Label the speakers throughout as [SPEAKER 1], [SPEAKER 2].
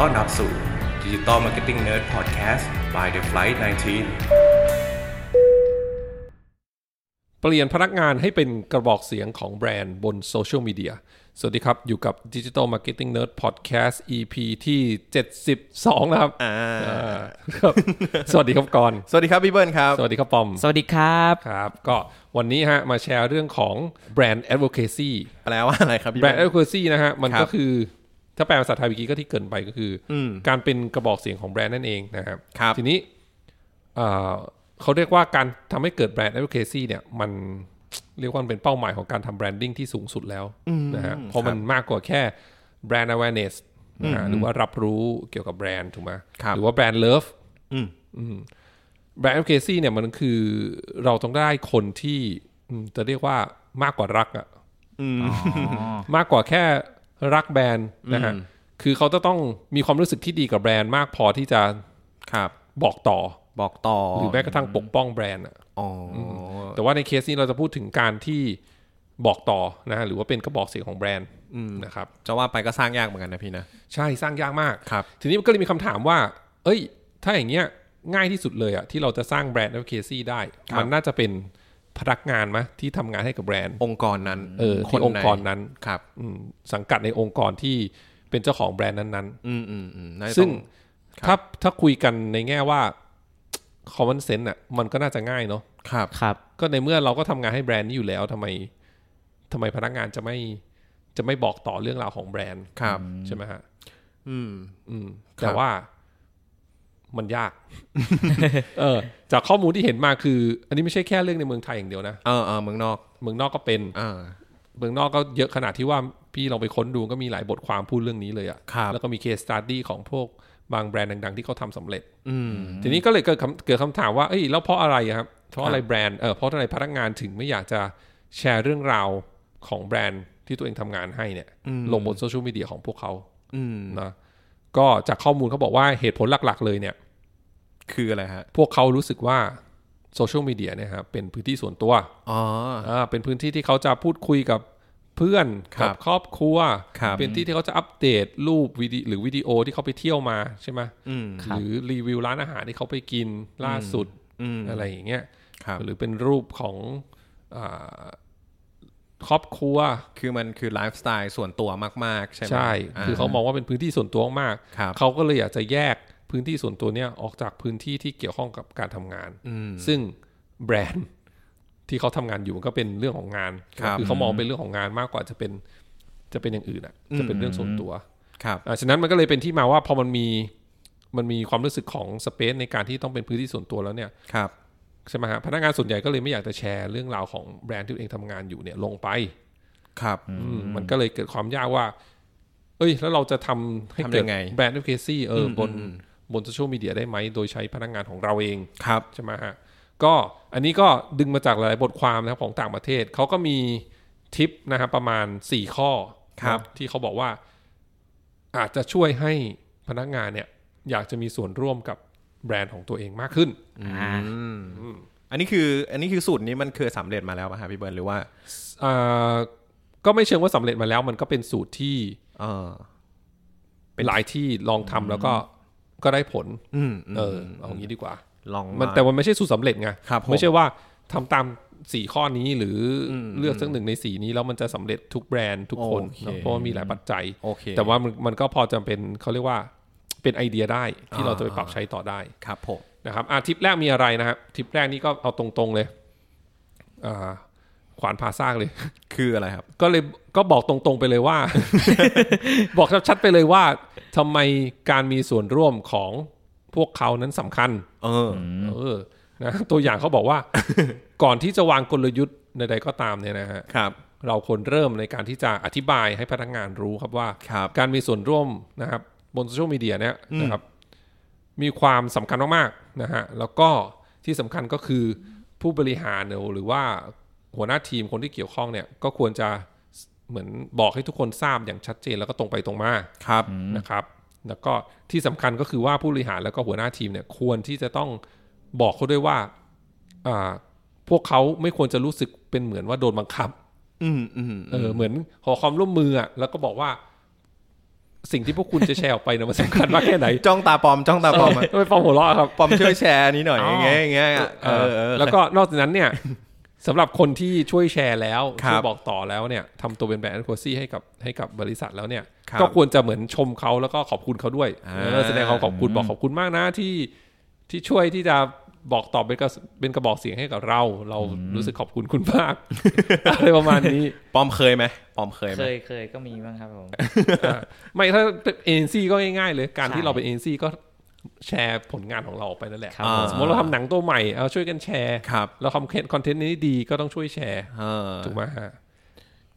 [SPEAKER 1] ต้อนรับสู่ Digital Marketing Nerd Podcast by The Flight 19
[SPEAKER 2] เปลี่ยนพนักงานให้เป็นกระบอกเสียงของแบรนด์บนโซเชียลมีเดีย สวัสดีครับ อยู่กับ Digital Marketing Nerd Podcast EP ที่ 72 นะครับ
[SPEAKER 3] อ่า
[SPEAKER 2] อ่าครับ สวัสดีครับกรณ์
[SPEAKER 3] สวัสดีครับพี่เบิร์นครับ
[SPEAKER 2] สวัสดีครับปอม
[SPEAKER 4] สวัสดีครับ
[SPEAKER 2] ครับ ก็วันนี้ฮะมาแชร์เรื่องของแบรนด์ Advocacy
[SPEAKER 3] แปลว่าอะไรครับพี่
[SPEAKER 2] แบร
[SPEAKER 3] เบิ
[SPEAKER 2] น
[SPEAKER 3] ร์
[SPEAKER 2] ด์
[SPEAKER 3] น
[SPEAKER 2] Advocacy นะฮะ มัน
[SPEAKER 3] ครับ
[SPEAKER 2] ก็คือ ถ้าแปลภาษาไทยเมื่อกี้ก็ที่เกรินไปก็คืออการเป็นกระบอกเสียงของแบรนด์นั่นเองนะครับ
[SPEAKER 3] ครับ
[SPEAKER 2] ทีนี้เอ่อเขาเรียกว่าการทำให้เกิดแบรนด์ advocacy เนี่ยมันเรียกว่ามันเป็นเป้าหมายของการทำแบรนดิ้งที่สูงสุดแล้วนะฮะเพราะมันมากกว่าแค่แบรนด์ awareness นะฮะหรือว่ารับรู้เกี่ยวกับแบรนด์ถูกไหม
[SPEAKER 3] ครับ
[SPEAKER 2] หรือว่าแบรนด์ love แบรนด์ advocacy เนี่ยมันคือเราต้องได้คนที่อืมจะเรียกว่ามากกว่ารักอะ มากกว่าแค่รักแบรนด์นะฮะ คือเขาจะต้องมีความรู้สึกที่ดีกับแบรนด์มากพอที่จะ
[SPEAKER 3] ครับ
[SPEAKER 2] บอกต่อ
[SPEAKER 3] บอกต่อ
[SPEAKER 2] หรือแม้กระทั่งปกป้องแบรนด์อะ
[SPEAKER 3] อ๋ออ
[SPEAKER 2] แต่ว่าในเคสนี้เราจะพูดถึงการที่บอกต่อนะฮะหรือว่าเป็นกระบอกเสียงของแบรนด์นะครับ
[SPEAKER 3] จะว่าไปก็สร้างยากเหมือนกันนะพี่นะ
[SPEAKER 2] ใช่สร้างยากมาก
[SPEAKER 3] ครับ
[SPEAKER 2] ทีนี้มันก็เลยมีคำถามว่า เอ้ย ถ้าอย่างเงี้ยง่ายที่สุดเลยอะที่เราจะสร้างแบรนด์ advocacy ได้ มันน่าจะเป็นพนักงานมะที่ทำงานให้กับแบรนด์
[SPEAKER 3] องค์กรนั้น
[SPEAKER 2] เออที่องค์กรนั้น
[SPEAKER 3] ครับ
[SPEAKER 2] อืมสังกัดในองค์กรที่เป็นเจ้าของแบรนด์นั้นๆ
[SPEAKER 3] อืมอืมอืมน่าจะ
[SPEAKER 2] ซึ่ง
[SPEAKER 3] ต้อ ครับ
[SPEAKER 2] ถ้าถ้าคุยกันในแง่ว่า common sense อ่ะมันก็น่าจะง่ายเนาะ
[SPEAKER 3] ครับ
[SPEAKER 4] ครับ
[SPEAKER 2] ก็ในเมื่อเราก็ทำงานให้แบรนด์นี้อยู่แล้วทำไมทำไมพนักงานจะไม่จะไม่บอกต่อเรื่องราวของแบรนด์
[SPEAKER 3] ครับ
[SPEAKER 2] ใช่ไหมฮะ
[SPEAKER 3] อืม
[SPEAKER 2] อืม
[SPEAKER 3] ครับ
[SPEAKER 2] แต่ว่ามันยาก เออ จากข้อมูลที่เห็นมาคือ อันนี้ไม่ใช่แค่เรื่องในเมืองไทยอย่างเดียวนะ
[SPEAKER 3] เออเออเมืองนอก
[SPEAKER 2] เมืองนอกก็เป็น
[SPEAKER 3] อ่า
[SPEAKER 2] เมืองนอกก็เยอะขนาดที่ว่าพี่ลองไปค้นดูก็มีหลายบทความพูดเรื่องนี้เลยอะ
[SPEAKER 3] ครับ
[SPEAKER 2] แล้วก็มีเคสตัดดี้ของพวกบางแบรนด์ดัง ๆ ที่เขาทำสำเร็จ
[SPEAKER 3] อืม
[SPEAKER 2] ทีนี้ก็เลยเกิดคำเกิดคำถามว่า เอ้ย แล้วเพราะอะไรอะครับ เพราะอะไรแบรนด์ เออ เพราะอะไรพนักงานถึงไม่อยากจะแชร์เรื่องราวของแบรนด์ที่ตัวเองทำงานให้เนี่ย ลงบนโซเชียลมีเดียของพวกเขา
[SPEAKER 3] อืม
[SPEAKER 2] นะ ก็จากข้อมูลเขาบอกว่าเหตุผลหลักๆ เลยเนี่ย
[SPEAKER 3] คืออะไรฮะ
[SPEAKER 2] พวกเขารู้สึกว่าโซเชียลมีเดียเนี่ยครับเป็นพื้นที่ส่วนตัว
[SPEAKER 3] อ๋อ
[SPEAKER 2] อ่า เป็นพื้นที่ที่เขาจะพูดคุยกับเพื่อน
[SPEAKER 3] ครับ
[SPEAKER 2] กัครอบครัว
[SPEAKER 3] ครับ
[SPEAKER 2] เป็นที่ที่เขาจะอัปเดตรูปวิดีหรือวิดีโอที่เขาไปเที่ยวมาใช่ไหม
[SPEAKER 3] อืม
[SPEAKER 4] ค
[SPEAKER 2] ห
[SPEAKER 4] รับ
[SPEAKER 2] รือรีวิวร้านอาหารที่เขาไปกินล่าสุด
[SPEAKER 3] อืม
[SPEAKER 2] อะไรอย่างเงี้ย
[SPEAKER 3] ครับ
[SPEAKER 2] หรือเป็นรูปของอาครอบครัว
[SPEAKER 3] คือมันคือไลฟ์สไตล์ส่วนตัวมาก ๆ ใช่ไหม
[SPEAKER 2] ใช่
[SPEAKER 3] า
[SPEAKER 2] คือเขามองว่าเป็นพื้นที่ส่วนตัวมาก
[SPEAKER 3] ครับ
[SPEAKER 2] เขาก็เลยอยากจะแยกพื้นที่ส่วนตัวเนี่ยออกจากพื้นที่ที่เกี่ยวข้องกับการทำงาน
[SPEAKER 3] อืม
[SPEAKER 2] ซึ่งแบรนด์ที่เขาทำงานอยู่มันก็เป็นเรื่องของงาน
[SPEAKER 3] ครับ
[SPEAKER 2] อเขามองเป็นเรื่องของงานมากกว่าจะเป็นจะเป็นอย่างอื่นอ่ะจะเป็นเรื่องส่วนตัว
[SPEAKER 3] ครับ
[SPEAKER 2] อ่ะฉะนั้นมันก็เลยเป็นที่มาว่าพอมันมีมันมีความรู้สึกของสเปซในการที่ต้องเป็นพื้นที่ส่วนตัวแล้วเนี่ย
[SPEAKER 3] ครับ
[SPEAKER 2] ใช่ไหมฮะพนักงานส่วนใหญ่ก็เลยไม่อยากจะแชร์เรื่องราวของแบรนด์ที่ตัวเองทำงานอยู่เนี่ยลงไป
[SPEAKER 3] ครับ
[SPEAKER 2] อืมมันก็เลยเกิดความยากว่า เอ้ย แล้วเราจะทำให้เกิด
[SPEAKER 3] ทำยังไง
[SPEAKER 2] แบรนด์เอฟเคซี่เออบนบนโซเชียลมีเดียได้ไหม โดยใช้พนักงานของเราเอง
[SPEAKER 3] ครับ
[SPEAKER 2] ใช่ไหมฮะ ก็อันนี้ก็ดึงมาจากหลายๆบทความนะครับของต่างประเทศ เขาก็มีทิปนะครับประมาณ 4 ข้อ
[SPEAKER 3] ครับ
[SPEAKER 2] นะที่เขาบอกว่า อาจจะช่วยให้พนักงานเนี่ย อยากจะมีส่วนร่วมกับแบรนด์ของตัวเองมากขึ้น
[SPEAKER 4] อ่า
[SPEAKER 3] อันนี้คือ อันนี้คือสูตรนี้มันเคยสำเร็จมาแล้วป่ะฮะพี่เบิร์นหรือว่า
[SPEAKER 2] อ่าก็ไม่เชิงว่าสำเร็จมาแล้วมันก็เป็นสูตรที่
[SPEAKER 3] เออ
[SPEAKER 2] เป็นหลายที่ลองทำแล้วก็ก็ได้ผล
[SPEAKER 3] อืมอืม
[SPEAKER 2] เออเอางี้ดีกว่า
[SPEAKER 3] ลอง
[SPEAKER 2] มัน
[SPEAKER 3] มา
[SPEAKER 2] แต่มันไม่ใช่สูตรสำเร็จไง
[SPEAKER 3] ครับผม
[SPEAKER 2] ไม่ใช่ว่าทำตามสี่ข้อนี้หรืออเลือกสักหนึ่งในสีนี้แล้วมันจะสำเร็จทุกแบรนด์ทุกคนเนอะเพราะว่ามีหลายปัจจัย
[SPEAKER 3] โอเค
[SPEAKER 2] แต่ว่ามันมันก็พอจะเป็นเขาเรียกว่าเป็นไอเดียได้ที่เราจะไปปรับใช้ต่อได้
[SPEAKER 3] ครับผม
[SPEAKER 2] นะครับอ่ะทริปแรกมีอะไรนะครับทริปแรกนี่ก็เอาตรงๆเลยอ่าขวานผ่าซากเลย
[SPEAKER 3] คืออะไรครับ
[SPEAKER 2] ก็เลยก็บอกตรงๆไปเลยว่า บอกชัดๆไปเลยว่าทำไมการมีส่วนร่วมของพวกเขานั้นสำคัญ
[SPEAKER 3] เออ
[SPEAKER 2] เออนะตัวอย่างเขาบอก ว่า ก่อนที่จะวางกลยุทธ์ใดๆก็ตามเนี่ยนะฮะ
[SPEAKER 3] ครับ
[SPEAKER 2] เราควรเริ่มในการที่จะอธิบายให้พนักงานรู้ครับว่า
[SPEAKER 3] ครับ
[SPEAKER 2] การมีส่วนร่วมนะครับบนโซเชียลมีเดียเนี่ยนะครับมีความสำคัญมากๆนะฮะแล้วก็ที่สำคัญก็คือผู้บริหารหรือว่าหัวหน้าทีมคนที่เกี่ยวข้องเนี่ยก็ควรจะเหมือนบอกให้ทุกคนทราบอย่างชัดเจนแล้วก็ตรงไปตรงมา
[SPEAKER 3] ครับ
[SPEAKER 2] นะครับ แล้วก็ที่สำคัญก็คือว่าผู้บริหารแล้วก็หัวหน้าทีมเนี่ยควรที่จะต้องบอกเขาด้วยว่าอ่าพวกเขาไม่ควรจะรู้สึกเป็นเหมือนว่าโดนบังคับ
[SPEAKER 3] อืมอืม
[SPEAKER 2] เออเหมือนขอความร่วมมืออะแล้วก็บอกว่า สิ่งที่พวกคุณจะแชร์ออกไปเนี่ยมันสำคัญมากแค่ไหน
[SPEAKER 3] จ้องตาปลอมจ้องตาปลอมอะ
[SPEAKER 2] ทำไมฟองหัวเราะครับ
[SPEAKER 3] ปลอมช่วยแชร์อันนี้หน่อย
[SPEAKER 2] อ๋ออ
[SPEAKER 3] อย่างเงี้ยอย่างเงี้ยอะเออเออ
[SPEAKER 2] แล้วก็นอกจากนั้นเนี่ย สำหรับคนที่ช่วยแชร์แล้ว
[SPEAKER 3] ครั
[SPEAKER 2] ช่
[SPEAKER 3] บ
[SPEAKER 2] วยบอกต่อแล้วเนี่ยทำตัวเป็นแบรนด์ควซี่ให้กับให้กับบริษัทแล้วเนี่ย
[SPEAKER 3] ครับ
[SPEAKER 2] ก็ควรจะเหมือนชมเขาแล้วก็ขอบคุณเขาด้วย
[SPEAKER 3] อ่า
[SPEAKER 2] เออแสดงความขอบคุณบอกขอบคุณมากนะที่ที่ช่วยที่จะบอกต่อเป็นกระเป็นกระบอกเสียงให้กับเรา เรารู้สึกขอบคุณคุณมาก อะไรประมาณ นี้
[SPEAKER 3] ปลอมเคยไหมปลอมเคยไห
[SPEAKER 4] เค
[SPEAKER 3] ม
[SPEAKER 4] ยเคยก็มีบ้างครับ ผม
[SPEAKER 2] ไม่ถ้าเอ็นซีก็ง่ายๆเลย การที่
[SPEAKER 4] ใช่
[SPEAKER 2] เราเป็นเอ็นซีก็แชร์ผลงานของเราออกไปนั่นแหละ
[SPEAKER 4] ครับผม
[SPEAKER 2] สมมติเราทำหนังตัวใหม่เอาช่วยกันแชร์
[SPEAKER 3] ครับ
[SPEAKER 2] เราทำคอนเทนต์นี้ดีก็ต้องช่วยแชร์
[SPEAKER 3] เออ
[SPEAKER 2] ถูกไหมฮะ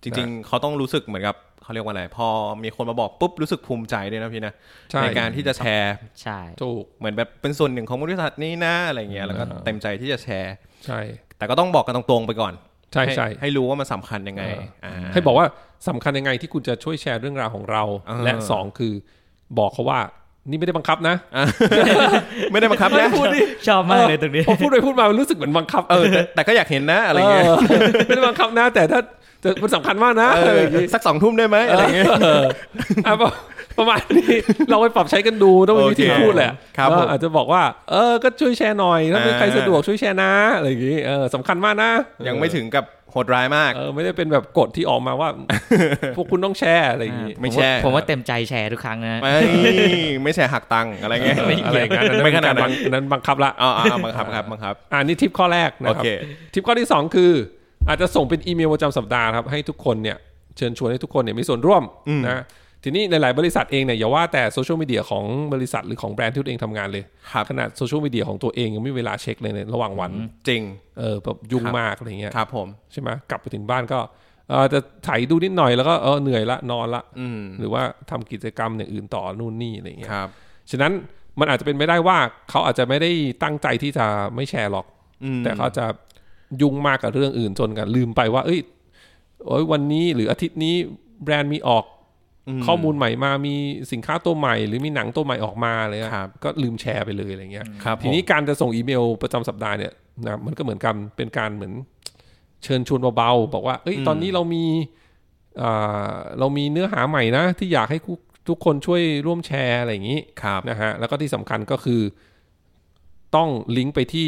[SPEAKER 3] จริง ๆ เขาต้องรู้สึกเหมือนกับเขาเรียกว่าอะไร พอมีคนมาบอกปุ๊บรู้สึกภูมิใจด้วยนะพี่นะ
[SPEAKER 2] ใช่
[SPEAKER 3] ในการที่จะแชร์
[SPEAKER 4] ใช่
[SPEAKER 2] ถูก
[SPEAKER 3] เหมือนแบบเป็นส่วนหนึ่งของบริษัทนี้นะอะไรเงี้ยแล้วก็
[SPEAKER 2] อ่า
[SPEAKER 3] เต็มใจที่จะแชร์
[SPEAKER 2] ใช่
[SPEAKER 3] แต่ก็ต้องบอกกันตรงๆไปก่อน
[SPEAKER 2] ใช่ใช่
[SPEAKER 3] ห้ให้รู้ว่ามันสำคัญยังไงอ่า
[SPEAKER 2] ให้บอกว่าสำคัญยังไงที่คุณจะช่วยแชร์เรื่องราวของเรา
[SPEAKER 3] อ่า
[SPEAKER 2] และสองคือบอกเขาว่านี่ไม่ได้บังคับนะ
[SPEAKER 3] ไม่ได้บังคับนะ
[SPEAKER 4] ชอบมากเลยตรงนี้
[SPEAKER 2] พ อพูดไปพูดมารู้สึกเหมือนบังคับ
[SPEAKER 3] เออแต่แต่ก็อยากเห็นนะ อะไรเงี้ย
[SPEAKER 2] เออไม่ได้บังคับนะ แต่ถ้าแต่มันสำคัญมากนะ
[SPEAKER 3] เอ
[SPEAKER 2] อะไร
[SPEAKER 3] อ
[SPEAKER 2] อย่างงี้
[SPEAKER 3] สักสองทุ่มได้ไหมอะไรเงี้ย
[SPEAKER 2] เอออ่ะประ ประมาณนี้เราไปปรับใช้กันดูต้องมีวิธี
[SPEAKER 3] โอเค
[SPEAKER 2] พูดแหละ
[SPEAKER 3] ครับผ
[SPEAKER 2] เออ
[SPEAKER 3] ม
[SPEAKER 2] อาจจะบอกว่า เออก็ช่วยแชร์หน่อยถ้ามีใคร
[SPEAKER 3] อ่า
[SPEAKER 2] สะดวกช่วยแชร์นะอะไรอย่างงี้เออสำคัญมากนะ
[SPEAKER 3] ยังไม่ถึงกับโหดร้ายมาก
[SPEAKER 2] เออไม่ได้เป็นแบบกฎที่ออกมา ว่า พวกคุณต้องแชร์อะไรอย่างงี้
[SPEAKER 3] ไม่แชร์
[SPEAKER 4] ผมว่าผมว่าเต็มใจแชร์ทุกครั้งนะ
[SPEAKER 3] ไม่ไม่แชร์หักตังค์อะไรเงี้ย
[SPEAKER 2] อะไรอย่างนั้น
[SPEAKER 3] ไม่ขนาดนั้น
[SPEAKER 2] อันั้นบังคับละ
[SPEAKER 3] อ๋ออ๋อบังคับครับบังคับ
[SPEAKER 2] อ่านี่ทิปข้อแรกนะครั
[SPEAKER 3] โอเค
[SPEAKER 2] ทิปข้อที่ 2 คือ อาจจะส่งเป็นอีเมลประจำสัปดาห์ครับให้ทุกคนเนี่ยเชิญชวนให้ทุกคนเนี่ยมีส่วนร่วมนะทีนี้หลาย ๆ บริษัทเองเนี่ยอย่าว่าแต่โซเชียลมีเดียของบริษัทหรือของแบรนด์ที่ตัวเองทำงานเลย
[SPEAKER 3] ครับ
[SPEAKER 2] ขนาดโซเชียลมีเดียของตัวเองยังไม่มีเวลาเช็คเลยในระหว่างวัน
[SPEAKER 3] จริง
[SPEAKER 2] เออแบบยุ่งมากอะไรเงี้ย
[SPEAKER 3] ครับผม
[SPEAKER 2] ใช่ไหมกลับไปถึงบ้านก็เออจะไถดูนิดหน่อยแล้วก็เออเหนื่อยละนอนละ
[SPEAKER 3] อืม
[SPEAKER 2] หรือว่าทำกิจกรรมอย่างอื่นต่อนู่นนี่อะไรเงี้ย
[SPEAKER 3] ครับ
[SPEAKER 2] ฉะนั้นมันอาจจะเป็นไปได้ว่าเขาอาจจะไม่ได้ตั้งใจที่จะไม่แชร์หรอก
[SPEAKER 3] อืม
[SPEAKER 2] แต่เขาจะยุ่งมากกับเรื่องอื่นจนกันลืมไปว่า เอ้ยโอ้ยวันนี้หรืออาทิตย์นี้แบรนด์มีออกข้อมูลใหม่มามีสินค้าตัวใหม่ หรือมีหนังตัวใหม่ออกมาอะไรเลย
[SPEAKER 3] ครับ
[SPEAKER 2] ก็ลืมแชร์ไปเลยอะไรเงี้ย
[SPEAKER 3] ครับผม
[SPEAKER 2] ทีนี้การจะส่งอีเมลประจำสัปดาห์เนี่ยนะมันก็เหมือนกันเป็นการเหมือน เชิญชวนเบาๆบอกว่าเอ้ยตอนนี้เรามีอ่าเรามีเนื้อหาใหม่นะ ที่อยากให้ทุกคนช่วยร่วมแชร์อะไรอย่างนี้
[SPEAKER 3] ครับ
[SPEAKER 2] นะฮะแล้วก็ที่สำคัญก็คือ ต้องลิงก์ไปที่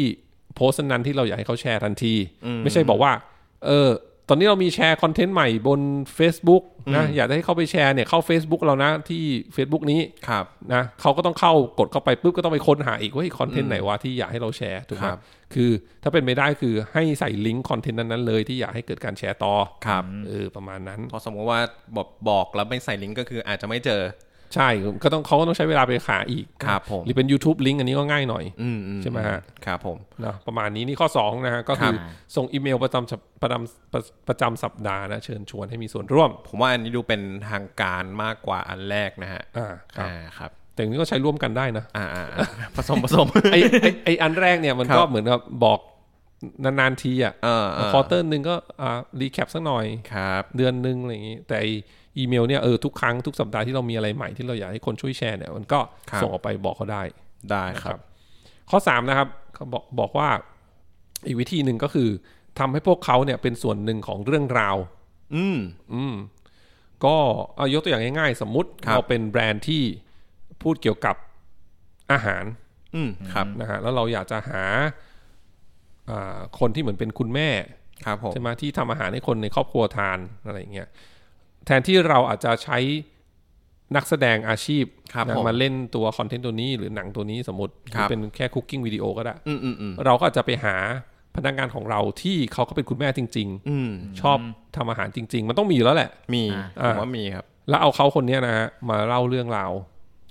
[SPEAKER 2] โพสต์นั้นที่เราอยากให้เขาแชร์ทันที ไม่ใช่บอกว่า เออตอนนี้เรามีแชร์คอนเทนต์ใหม่บน Facebook นะอยากจะให้เขาไปแชร์เนี่ยเข้า Facebook เรานะที่ Facebook นี้
[SPEAKER 3] ครับ
[SPEAKER 2] นะเขาก็ต้องเข้ากดเข้าไปปุ๊บก็ต้องไปค้นหาอีกว่าคอนเทนต์ไหนวะที่อยากให้เราแชร์ถูกไหม
[SPEAKER 3] ครับ
[SPEAKER 2] คือถ้าเป็นไปได้คือให้ใส่ลิงก์คอนเทนต์นั้นๆเลยที่อยากให้เกิดการแชร์ต่อ
[SPEAKER 3] ครับ
[SPEAKER 2] เออประมาณนั้น
[SPEAKER 3] พอสมมติว่าบอกบอกแล้วไม่ใส่ลิงก์ก็คืออาจจะไม่เจอ
[SPEAKER 2] ใช่ก็ต้องเขาก็ต้องใช้เวลาไปหาอีก
[SPEAKER 3] ครับผม
[SPEAKER 2] หรือเป็น YouTube ลิงก์อันนี้ก็ง่ายหน่อย
[SPEAKER 3] อืมอื
[SPEAKER 2] ใช่ไหมฮะ
[SPEAKER 3] ครับผม
[SPEAKER 2] นะประมาณนี้นี่ข้อ2นะฮะก็คือ
[SPEAKER 4] ครับ
[SPEAKER 2] ส่งอีเมลประจำสัปประจำประประจำสัปดาห์นะเชิญชวนให้มีส่วนร่วม
[SPEAKER 3] ผมว่าอันนี้ดูเป็นทางการมากกว่าอันแรกนะฮะ
[SPEAKER 2] อ่าครับ
[SPEAKER 3] อ่าครับ
[SPEAKER 2] แต่อย่างนี้ก็ใช้ร่วมกันได้นะ
[SPEAKER 3] อ่าอ่าอ่า ผสมผสม
[SPEAKER 2] ไอไอ้ไออันแรกเนี่ยมัน
[SPEAKER 3] ครับ
[SPEAKER 2] ก็เหมือนกับบอกนานๆทีอ่ะ
[SPEAKER 3] เออเออ
[SPEAKER 2] คอเตอร์หนึ่งก็อ่ารีแคปสักหน่อย
[SPEAKER 3] ครับ
[SPEAKER 2] เดือนหนึ่งอะไรอย่างนี้ แต่ไอ้อีเมลเนี่ยเออทุกครั้งทุกสัปดาห์ที่เรามีอะไรใหม่ที่เราอยากให้คนช่วยแชร์เนี่ยมันก็
[SPEAKER 3] ครับ
[SPEAKER 2] ส่งออกไปบอกเขาได้
[SPEAKER 3] ได้
[SPEAKER 2] นะ
[SPEAKER 3] ค
[SPEAKER 2] ค
[SPEAKER 3] รั
[SPEAKER 2] รับ บข้อ 3 นะครับเขาบอกบอกว่าอีกวิธีหนึ่งก็คือทำให้พวกเขาเนี่ยเป็นส่วนหนึ่งของเรื่องราว
[SPEAKER 3] อืม
[SPEAKER 2] ก็เอายกตัวอย่างง่ายๆ สมมุติ
[SPEAKER 3] ครับ
[SPEAKER 2] เราเป็นแบรนด์ที่พูดเกี่ยวกับอาหาร
[SPEAKER 3] อืมครับ
[SPEAKER 2] นะฮะแล้วเราอยากจะหาอ่าคนที่เหมือนเป็นคุณแม่
[SPEAKER 3] ครับผม
[SPEAKER 2] ใช่ไหมที่ทำอาหารให้คนในครอบครัวทานอะไรอย่างเงี้ยแทนที่เราอาจจะใช้นักแสดงอาชีพ
[SPEAKER 3] ครับ
[SPEAKER 2] นะ
[SPEAKER 3] ผม
[SPEAKER 2] มาเล่นตัวคอนเทนต์ตัวนี้หรือหนังตัวนี้สมมติห
[SPEAKER 3] ค
[SPEAKER 2] รื
[SPEAKER 3] รั
[SPEAKER 2] อบ เป็นแค่คุกกิ้งวิดีโอก็ได้
[SPEAKER 3] อืมอืมอืม
[SPEAKER 2] เราก็อาจจะไปหาพนักงานของเราที่เขาก็เป็นคุณแม่จริง
[SPEAKER 3] อืม
[SPEAKER 2] ๆ ชอบทำอาหารจริง ๆ มันต้องมีอยู่แล้วแหละ
[SPEAKER 3] มี
[SPEAKER 4] อ่า
[SPEAKER 3] ผมว่ามีครับ
[SPEAKER 2] แล้วเอาเขาคนเนี้ยนะฮะมาเล่าเรื่องราว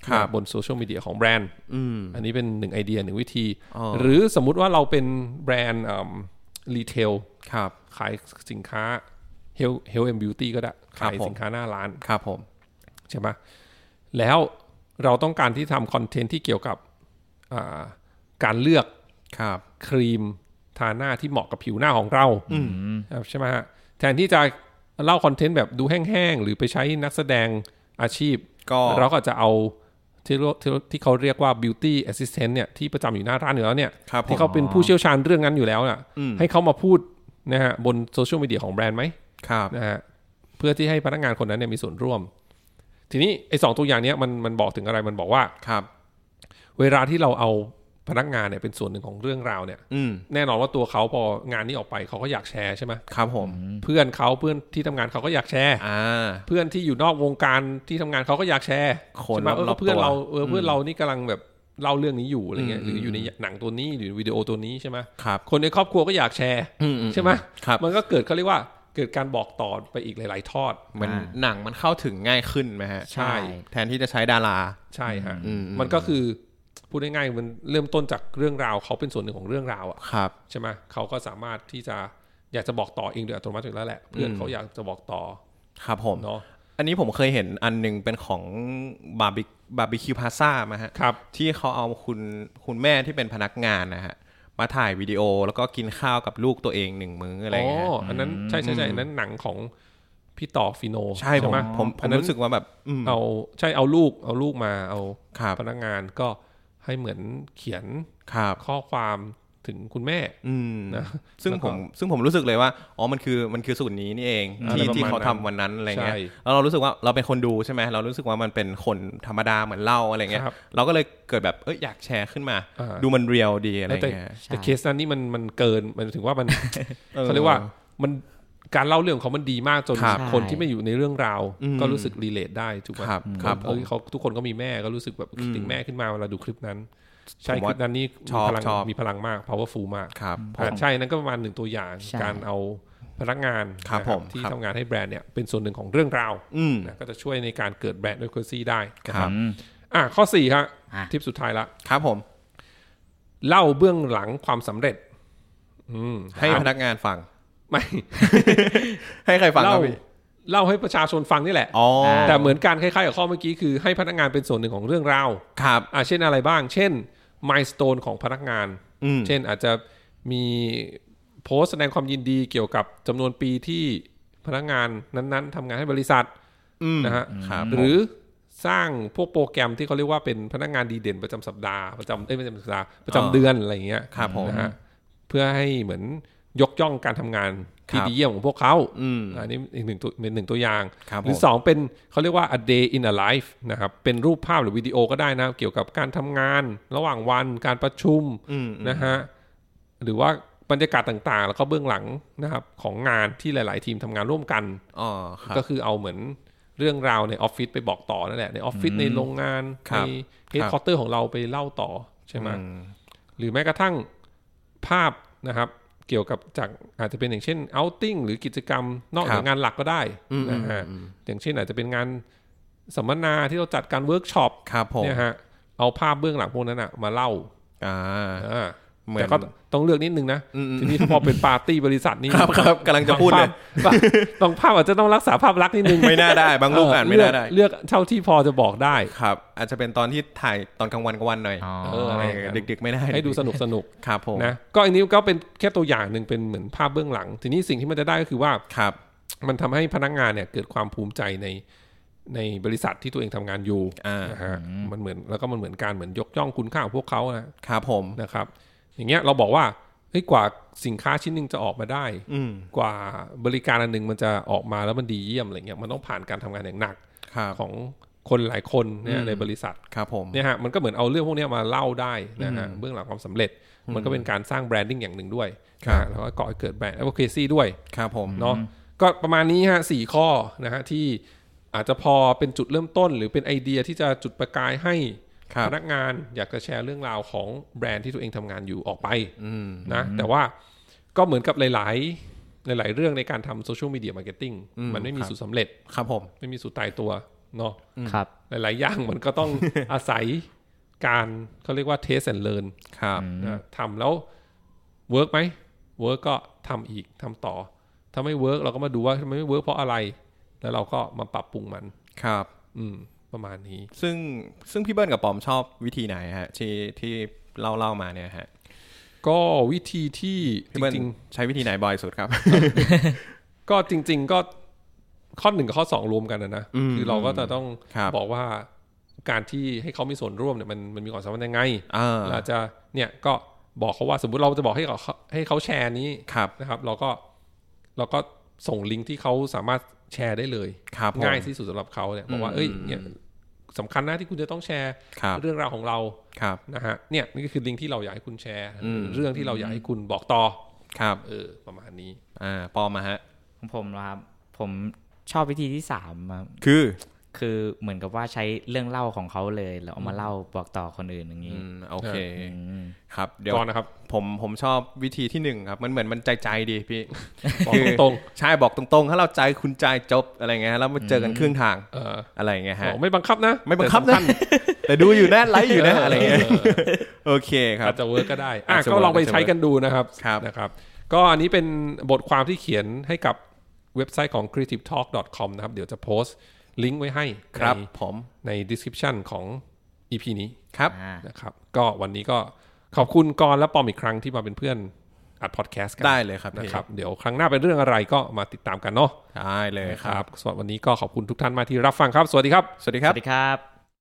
[SPEAKER 3] ครับ
[SPEAKER 2] บนโซเชียลมีเดียของแบรนด์
[SPEAKER 3] อืม
[SPEAKER 2] อันนี้เป็นหนึ่งไอเดียหนึ่งวิธี
[SPEAKER 3] อ๋อ
[SPEAKER 2] หรือสมมุติว่าเราเป็นแบรนด์รีเทล
[SPEAKER 3] ครับ
[SPEAKER 2] ขายสินค้าเฮลเฮลแอนด์บิวตี้ก็ได้
[SPEAKER 3] ครั
[SPEAKER 2] ขา
[SPEAKER 3] บ
[SPEAKER 2] ย
[SPEAKER 3] ผม
[SPEAKER 2] สินค้าหน้าร้าน
[SPEAKER 3] ครับผม
[SPEAKER 2] ใช่ไหมแล้วเราต้องการที่ทำคอนเทนต์ที่เกี่ยวกับอ่าการเลือก
[SPEAKER 3] ครับ
[SPEAKER 2] ครีมทาหน้าที่เหมาะกับผิวหน้าของเราครับใช่ไหมฮะแทนที่จะเล่าคอนเทนต์แบบดูแห้งๆ หรือไปใช้นักแสดงอาชีพ
[SPEAKER 3] ก็
[SPEAKER 2] เราก็จะเอาที่เรียกที่ที่เขาเรียกว่า beauty assistant เนี่ยที่ประจำอยู่หน้าร้านอยู่แล้วเนี่ย
[SPEAKER 3] ครับผม
[SPEAKER 2] ที่เขาเป็นผู้เชี่ยวชาญเรื่องนั้นอยู่แล้วน่ะให้เขามาพูดนะฮะบนโซเชียลมีเดียของแบรนด์ไหม
[SPEAKER 3] ครับ
[SPEAKER 2] นะฮะเพื่อที่ให้พนักงานคนนั้นเนี่ยมีส่วนร่วม ทีนี้ไอ้สองตัวอย่างเนี้ยมันมันบอกถึงอะไรมันบอกว่า
[SPEAKER 3] ครับ
[SPEAKER 2] เวลาที่เราเอาพนักงานเนี่ยเป็นส่วนหนึ่งของเรื่องราวเนี่ย
[SPEAKER 3] อืม
[SPEAKER 2] แน่นอนว่าตัวเขาพองานนี้ออกไปเขาก็อยากแชร์ใช่ไหม
[SPEAKER 3] ครับผม
[SPEAKER 2] เพื่อนเขาเพื่อนที่ทำงานเขาก็อยากแชร์
[SPEAKER 3] อ่า
[SPEAKER 2] เพื่อนที่อยู่นอกวงการที่ทำงานเขาก็อยากแชร์
[SPEAKER 3] คน
[SPEAKER 2] ใช่ไหมเออ
[SPEAKER 3] รอบๆ
[SPEAKER 2] เพื่อน
[SPEAKER 3] ตัว
[SPEAKER 2] เราเออเพื่อนเรานี่กำลังแบบเล่าเรื่องนี้อยู่อะไรเงี้ยห
[SPEAKER 3] อืม
[SPEAKER 2] รืออยู่ในหนังตัวนี้หรือวิดีโอตัวนี้ใช่ไหม
[SPEAKER 3] ครับ
[SPEAKER 2] คนในครอบครัวก็อยากแชร์
[SPEAKER 3] อือื
[SPEAKER 2] ใช่ไหม
[SPEAKER 3] ครับ
[SPEAKER 2] มันก็เกิดเขาเรียกว่าเกิดการบอกต่อไปอีกหลาย ๆ ทอด
[SPEAKER 3] มัน
[SPEAKER 4] อ่า
[SPEAKER 3] หนังมันเข้าถึงง่ายขึ้นไหมฮะ
[SPEAKER 4] ใช่
[SPEAKER 3] แทนที่จะใช้ดารา
[SPEAKER 2] ใช่ฮะ
[SPEAKER 3] อืม
[SPEAKER 2] มันก็คือพูดง่ายๆมันเริ่มต้นจากเรื่องราวเขาเป็นส่วนหนึ่งของเรื่องราวอะ
[SPEAKER 3] ครับ
[SPEAKER 2] ใช่ไหมเขาก็สามารถที่จะอยากจะบอกต่อเองโดยอัตโนมัติอยู่แล้วแหละ เพื่อนเขาอยากจะบอกต่อ
[SPEAKER 3] ครับผม
[SPEAKER 2] เนาะ
[SPEAKER 3] อันนี้ผมเคยเห็นอันหนึ่งเป็นของบาร์บีบาร์บีคิวพาซ่ามาฮะ
[SPEAKER 2] ครับ
[SPEAKER 3] ที่เขาเอาคุณคุณแม่ที่เป็นพนักงานนะฮะ มาถ่ายวิดีโอแล้วก็กินข้าวกับลูกตัวเองหนึ่งมื้ออะไรอ
[SPEAKER 2] อ๋อย่าง
[SPEAKER 3] เงี้ย
[SPEAKER 2] อันนั้นใช่ใช่ใช่อันนั้นหนังของพี่ต่อฟิโน
[SPEAKER 3] ใช่ผม
[SPEAKER 2] ไหม
[SPEAKER 3] ผมผ
[SPEAKER 2] อัน
[SPEAKER 3] ม
[SPEAKER 2] นั้น
[SPEAKER 3] รู้สึกว่าแบบอืม
[SPEAKER 2] เอาใช่เอาลูกเอาลูกมาเอา
[SPEAKER 3] ครับ
[SPEAKER 2] พนักงานก็ให้เหมือนเขียน
[SPEAKER 3] ครับ
[SPEAKER 2] ข้อความถึงคุณแม่
[SPEAKER 3] อืม
[SPEAKER 2] นะ
[SPEAKER 3] ซึ่ง
[SPEAKER 2] แล้วก็
[SPEAKER 3] ผมซึ่งผมรู้สึกเลยว่าอ๋อมันคือมันคือสูตรนี้นี่เอง
[SPEAKER 2] อะไร
[SPEAKER 3] ที่ที่
[SPEAKER 2] ประมาณ
[SPEAKER 3] เขา
[SPEAKER 2] นั้
[SPEAKER 3] ทำ
[SPEAKER 2] น
[SPEAKER 3] วันนั้นอะไรเงี้ย
[SPEAKER 2] ใช่
[SPEAKER 3] แล้วเรารู้สึกว่าเราเป็นคนดูใช่ไหมเรารู้สึกว่ามันเป็นคนธรรมดาเหมือนเล่าอะไรเงี้ย
[SPEAKER 2] ครับ
[SPEAKER 3] เราก็เลยเกิดแบบเอยอยากแชร์ขึ้นมา
[SPEAKER 2] อ่า
[SPEAKER 3] ดูมันเรียลดีอะไร
[SPEAKER 2] แต่
[SPEAKER 3] เงี้ย
[SPEAKER 2] แต่
[SPEAKER 4] ใช่
[SPEAKER 2] เคสนั้นนี่มันมันเกินหมันถึงว่ามัน เขาเรียกว่ามันการเล่าเรื่องของเขามันดีมากจน
[SPEAKER 4] ครับ
[SPEAKER 2] คน
[SPEAKER 4] ใช่
[SPEAKER 2] ที่ไม่อยู่ในเรื่องราว ก็รู้สึกรีเลทได้ถูกไหม
[SPEAKER 3] ครับ
[SPEAKER 2] ค
[SPEAKER 3] ค
[SPEAKER 2] รั
[SPEAKER 3] รั
[SPEAKER 2] บบเอ
[SPEAKER 3] ผม
[SPEAKER 2] อเขาทุกคนก็มีแม่ก็รู้สึกแบบคิดถึงแม่ขึ้นมาเวลาดูคลิปนั้น ใช่
[SPEAKER 3] ผม
[SPEAKER 2] ค
[SPEAKER 3] ว่า
[SPEAKER 2] ลิปนั้นนี่มี
[SPEAKER 3] ชอบ
[SPEAKER 2] พลัง
[SPEAKER 3] ชอบ
[SPEAKER 2] มีพลังมาก powerful มาก
[SPEAKER 3] ครับ
[SPEAKER 2] อ่าใช่นั่นก็ประมาณหนึ่งตัวอย่าง
[SPEAKER 4] ใช่
[SPEAKER 2] การเอาพนักงาน
[SPEAKER 3] ครับ
[SPEAKER 2] นะ
[SPEAKER 3] ผม
[SPEAKER 2] ที่
[SPEAKER 3] ครับ
[SPEAKER 2] ทำงานให้แบรนด์เนี่ยเป็นส่วนหนึ่งของเรื่องราว
[SPEAKER 3] อืม
[SPEAKER 2] นะก็จะช่วยในการเกิดแบรนด์ด้วยคุณซี่ได้
[SPEAKER 3] ครับ
[SPEAKER 4] อืม
[SPEAKER 2] อ่ะข้อ4ครับ
[SPEAKER 4] อ่ะ
[SPEAKER 2] ทิปสุดท้ายละ
[SPEAKER 3] ครับผม
[SPEAKER 2] เล่าเบื้องหลังความสำเร็จ อืม
[SPEAKER 3] ให้พนักงานฟัง
[SPEAKER 2] ไม่
[SPEAKER 3] ให้ใครฟังค
[SPEAKER 2] เล่า
[SPEAKER 3] รับพี่
[SPEAKER 2] เล่าให้ประชาชนฟังนี่แหละ
[SPEAKER 3] อ๋อ
[SPEAKER 2] แต่เหมือนการคล้ายๆกับข้อเมื่อกี้คือให้พนักงานเป็นส่วนหนึ่งของเรื่องราว
[SPEAKER 3] ครับ
[SPEAKER 2] อ่าเช่นอะไรบ้าง เช่นมายสเตนของพนักงาน
[SPEAKER 3] อืม
[SPEAKER 2] เช่นอาจจะมีโพสต์แสดงความยินดีเกี่ยวกับจำนวนปีที่พนักงานนั้นๆทำงานให้บริษัท
[SPEAKER 3] อืม
[SPEAKER 2] นะฮะ
[SPEAKER 3] ครับ
[SPEAKER 2] หรือสร้างพวกโปรแกรมที่เขาเรียกว่าเป็นพนักงานดีเด่นประจำสัปดาห์ประจำเอ้ยไม่ใช่สัปดาห์ประจำเดือนอะไรอย่างเงี้ย
[SPEAKER 3] ครับผม
[SPEAKER 2] นะฮะเพื่อให้เหมือนยกย่องการทำงานที่
[SPEAKER 3] ครับ
[SPEAKER 2] ดีเยี่ยมของพวกเขา
[SPEAKER 3] อืม
[SPEAKER 2] อันนี้อีกหนึ่งตัวเป็นหนึ่งตัวอย่าง
[SPEAKER 3] ครับ
[SPEAKER 2] หรือ
[SPEAKER 3] ผม
[SPEAKER 2] 2 เป็นเขาเรียกว่า a day in a life นะครับ เป็นรูปภาพหรือวิดีโอก็ได้นะเกี่ยวกับการทำงาน ระหว่างวันการประชุม
[SPEAKER 3] อืม
[SPEAKER 2] นะฮะหรือว่าบรรยากาศต่างๆ แล้วก็เบื้องหลังนะครับของงานที่หลาย ๆ ทีมทำงานร่วมกัน
[SPEAKER 3] อ๋อครับ
[SPEAKER 2] ก็คือเอาเหมือนเรื่องราวในออฟฟิศไปบอกต่อนั่นแหละในออฟฟิศในโรงงาน
[SPEAKER 3] ครั
[SPEAKER 2] ใน
[SPEAKER 3] บ
[SPEAKER 2] เฮดคอร์เตอร์ของเราไปเล่าต่อใช่ไหม
[SPEAKER 3] อืม
[SPEAKER 2] หรือแม้กระทั่งภาพนะครับ เกี่ยวกับจากอาจจะเป็นอย่างเช่น outing หรือกิจกรรมนอกจากงานหลักก็ได้นะฮะอย่างเช่นอาจจะเป็นงานสัมมนาที่เราจัดการเวิร์กช็อป
[SPEAKER 3] ครับผม
[SPEAKER 2] เนี่ยฮะเอาภาพเบื้องหลังพวกนั้นอะมาเล่า
[SPEAKER 3] อ่า
[SPEAKER 2] อ่า
[SPEAKER 3] เหมือน
[SPEAKER 2] แต่ก็ต้องเลือกนิดนึงนะทีนี้พอเป็นปาร์ตี้บริษัทนี่
[SPEAKER 3] ครับครับกำลังจะพูดเลย
[SPEAKER 2] บางภาพบางภาพอา จจะต้องรักษาภาพลักษณ์นิดนึง
[SPEAKER 3] ไม่น่าได้บางรูปอ่านไม่น่าได้
[SPEAKER 2] เลือกเลือกเท่าที่พอจะบอกได้
[SPEAKER 3] ครับ อาจจะเป็นตอนที่ถ่ายตอนกลางวันกลางวันหน่อย
[SPEAKER 4] อ๋อ
[SPEAKER 2] เอออะไรอย่างนั้น
[SPEAKER 3] เด็กๆไม่ได้
[SPEAKER 2] ให้ดูสนุกสนุก
[SPEAKER 3] ครับผม
[SPEAKER 2] นะก็อันนี้ก็เป็นแค่ตัวอย่างหนึ่งเป็นเหมือนภาพเบื้องหลัง ทีนี้สิ่งที่มันจะได้ก็คือว่า
[SPEAKER 3] ครับ
[SPEAKER 2] มันทำให้พนักงานเนี่ยเกิดความภูมิใจในในบริษัทที่ตัวเองทำงานอยู่
[SPEAKER 3] อ่าน
[SPEAKER 2] นะฮะมันเหมือนแล้วก็มันเหมือนการเหมือนยกย่องคุณค่าของพวกเขานะครับ
[SPEAKER 3] ผม
[SPEAKER 2] นะครับ อย่างเงี้ยเราบอกว่าเฮ้ยกว่าสินค้าชิ้นหนึ่งจะออกมาได้
[SPEAKER 3] อืม
[SPEAKER 2] กว่าบริการอันหนึ่งมันจะออกมาแล้วมันดีเยี่ยมอะไรเงี้ยมันต้องผ่านการทำงานอย่างหนัก
[SPEAKER 3] ครับ
[SPEAKER 2] ของคนหลายคนเนี่ยในบริษัท
[SPEAKER 3] ครับผม
[SPEAKER 2] เนี่ยฮะมันก็เหมือนเอาเรื่องพวกเนี้ยมาเล่าได้นะฮะเบื้องหลังความสำเร็จ มันก็เป็นการสร้างแบรนดิ้งอย่างหนึ่งด้วย
[SPEAKER 3] ครั
[SPEAKER 2] นะ
[SPEAKER 3] บ
[SPEAKER 2] ฮะแล้วก็ก่อให้เกิดแบรนด์แอ o เคซี่ด้วย
[SPEAKER 3] ครับผม
[SPEAKER 2] เนาะก็ประมาณนี้ฮะสี่ข้อนะฮะที่อาจจะพอเป็นจุดเริ่มต้น หรือเป็นไอเดียที่จะจุดประกายให้
[SPEAKER 3] ครับ
[SPEAKER 2] พนักงานอยากจะแชร์เรื่องราวของแบรนด์ที่ตัวเองทำงานอยู่ออกไปนะแต่ว่าก็เหมือนกับหลาย ๆ หลาย ๆ เรื่องในการทำโซเชียลมีเดียมาร์เก็ตติ้งมันไม่มีสูตรสำเร็จ
[SPEAKER 3] ครับผม
[SPEAKER 2] ไม่มีสูตรตายตัวเนาะ
[SPEAKER 4] ครับ
[SPEAKER 2] หลาย ๆ อย่าง มันก็ ต้อง อาศัยการเขาเรียกว่าเทสแอนเลิร์น
[SPEAKER 3] ครับ
[SPEAKER 2] ทำแล้วเวิร์กไหมเวิร์กก็ทำอีกทำต่อ ถ้าไม่เวิร์กเราก็มาดูว่าทำไมไม่เวิร์กเพราะอะไร แล้วเราก็มาปรับปรุงมัน
[SPEAKER 3] ครับ
[SPEAKER 2] อืม ประมาณนี้
[SPEAKER 3] ซึ่งซึ่งพี่เบิ้ลกับปอมชอบวิธีไหนฮะ ที่ที่เล่าเล่ามาเนี่ยฮะ
[SPEAKER 2] ก็วิธีที่จ
[SPEAKER 3] พี่เบิ้ล
[SPEAKER 2] ริง
[SPEAKER 3] ใช้วิธีไหนบ่อยสุดครับ
[SPEAKER 2] ๆ ก็จริง ๆ ก็ข้อหนึ่งกับข้อสองรวมกันนะนะคือเราก็จะต้อง
[SPEAKER 3] ครับ
[SPEAKER 2] บอกว่าการที่ให้เขามีส่วนร่วมเนี่ยมันมันมีความสำคัญยังไง
[SPEAKER 3] อ่า
[SPEAKER 2] เราจะเนี่ยก็บอกเขาว่าสมมุติเราจะบอกให้เขาให้เขาแชร์นี้
[SPEAKER 3] ครับ
[SPEAKER 2] นะครับ เราก็เราก็ส่งลิงก์ที่เขาสามารถ แชร์ได้เลย
[SPEAKER 3] ครับผม
[SPEAKER 2] ง่ายที่สุดสำหรับเขาเนี่ยบอกว่าเอ้ยเนี่ยสำคัญนะที่คุณจะต้องแชร์
[SPEAKER 3] ครับ
[SPEAKER 2] เรื่องราวของเรา
[SPEAKER 3] ครับ
[SPEAKER 2] นะฮะเนี่ยนี่ก็คือลิงก์ที่เราอยากให้คุณแชร์ เรื่องที่เราอยากให้คุณบอกต่อ
[SPEAKER 3] ครับ
[SPEAKER 2] เออประมาณนี้
[SPEAKER 3] อ่าปอมาฮะ
[SPEAKER 4] ของผมนะครับ ผมชอบวิธีที่สามครับ
[SPEAKER 3] คือ
[SPEAKER 4] คือเหมือนกับว่าใช้เรื่องเล่าของเขาเลยแล้วเอามาเล่าบอกต่อคนอื่นอย่างนี้
[SPEAKER 3] อืมโอเค
[SPEAKER 4] อืม
[SPEAKER 3] ครับ เดี๋ยว
[SPEAKER 2] ก่อนนะครับ
[SPEAKER 3] ผมผมชอบวิธีที่หนึ่งครับ มันเหมือนมันใจใจดีพี่
[SPEAKER 2] บอกตรง
[SPEAKER 3] ใช่บอกตรงๆ ถ้าเราใจคุณใจจบอะไรเงี้ยฮะแล้วมาเจอกันครึ่งทาง
[SPEAKER 2] ๆเออ
[SPEAKER 3] อะไรเงี้ย
[SPEAKER 2] บ
[SPEAKER 3] ฮะ
[SPEAKER 2] อกไม่บังคับนะ
[SPEAKER 3] ไม่บังคับนะ แต่ดูอยู่นะ ไลฟ์อยู่นะ อะไรเงี้ยโอเคครั
[SPEAKER 2] อา
[SPEAKER 3] บ
[SPEAKER 2] จจะเวิร์กก็ได้อ่ะ
[SPEAKER 3] อาจจะ
[SPEAKER 2] ก็ลองไป
[SPEAKER 3] work
[SPEAKER 2] ใช้กันดูนะครับ
[SPEAKER 3] ครับ
[SPEAKER 2] นะครับ ก็อันนี้เป็นบทความที่เขียนให้กับเว็บไซต์ของ creativetalk.com นะครับ เดี๋ยวจะโพสต์ลิงก์ไว้ให้
[SPEAKER 3] ครับ
[SPEAKER 2] ใน
[SPEAKER 3] ผม
[SPEAKER 2] ใน description ของ EP นี้
[SPEAKER 3] ครับ
[SPEAKER 4] อ่า
[SPEAKER 2] นะครับ ก็วันนี้ก็ขอบคุณกรณ์และปอมอีกครั้งที่มาเป็นเพื่อนอัดพอดแคสต์กั
[SPEAKER 3] ได้เลยครับพี่
[SPEAKER 2] นะครับ เดี๋ยวครั้งหน้าเป็นเรื่องอะไรก็มาติดตามกันเนาะ
[SPEAKER 3] ได้เลย
[SPEAKER 2] นะ
[SPEAKER 3] ค
[SPEAKER 2] ค
[SPEAKER 3] รั
[SPEAKER 2] รับ บสำหรับวันนี้ก็ขอบคุณทุกท่านมากที่รับฟังครับ สวัสดีครับ
[SPEAKER 3] สวัสดีค
[SPEAKER 4] ส
[SPEAKER 3] รับ
[SPEAKER 4] วัสดีครับ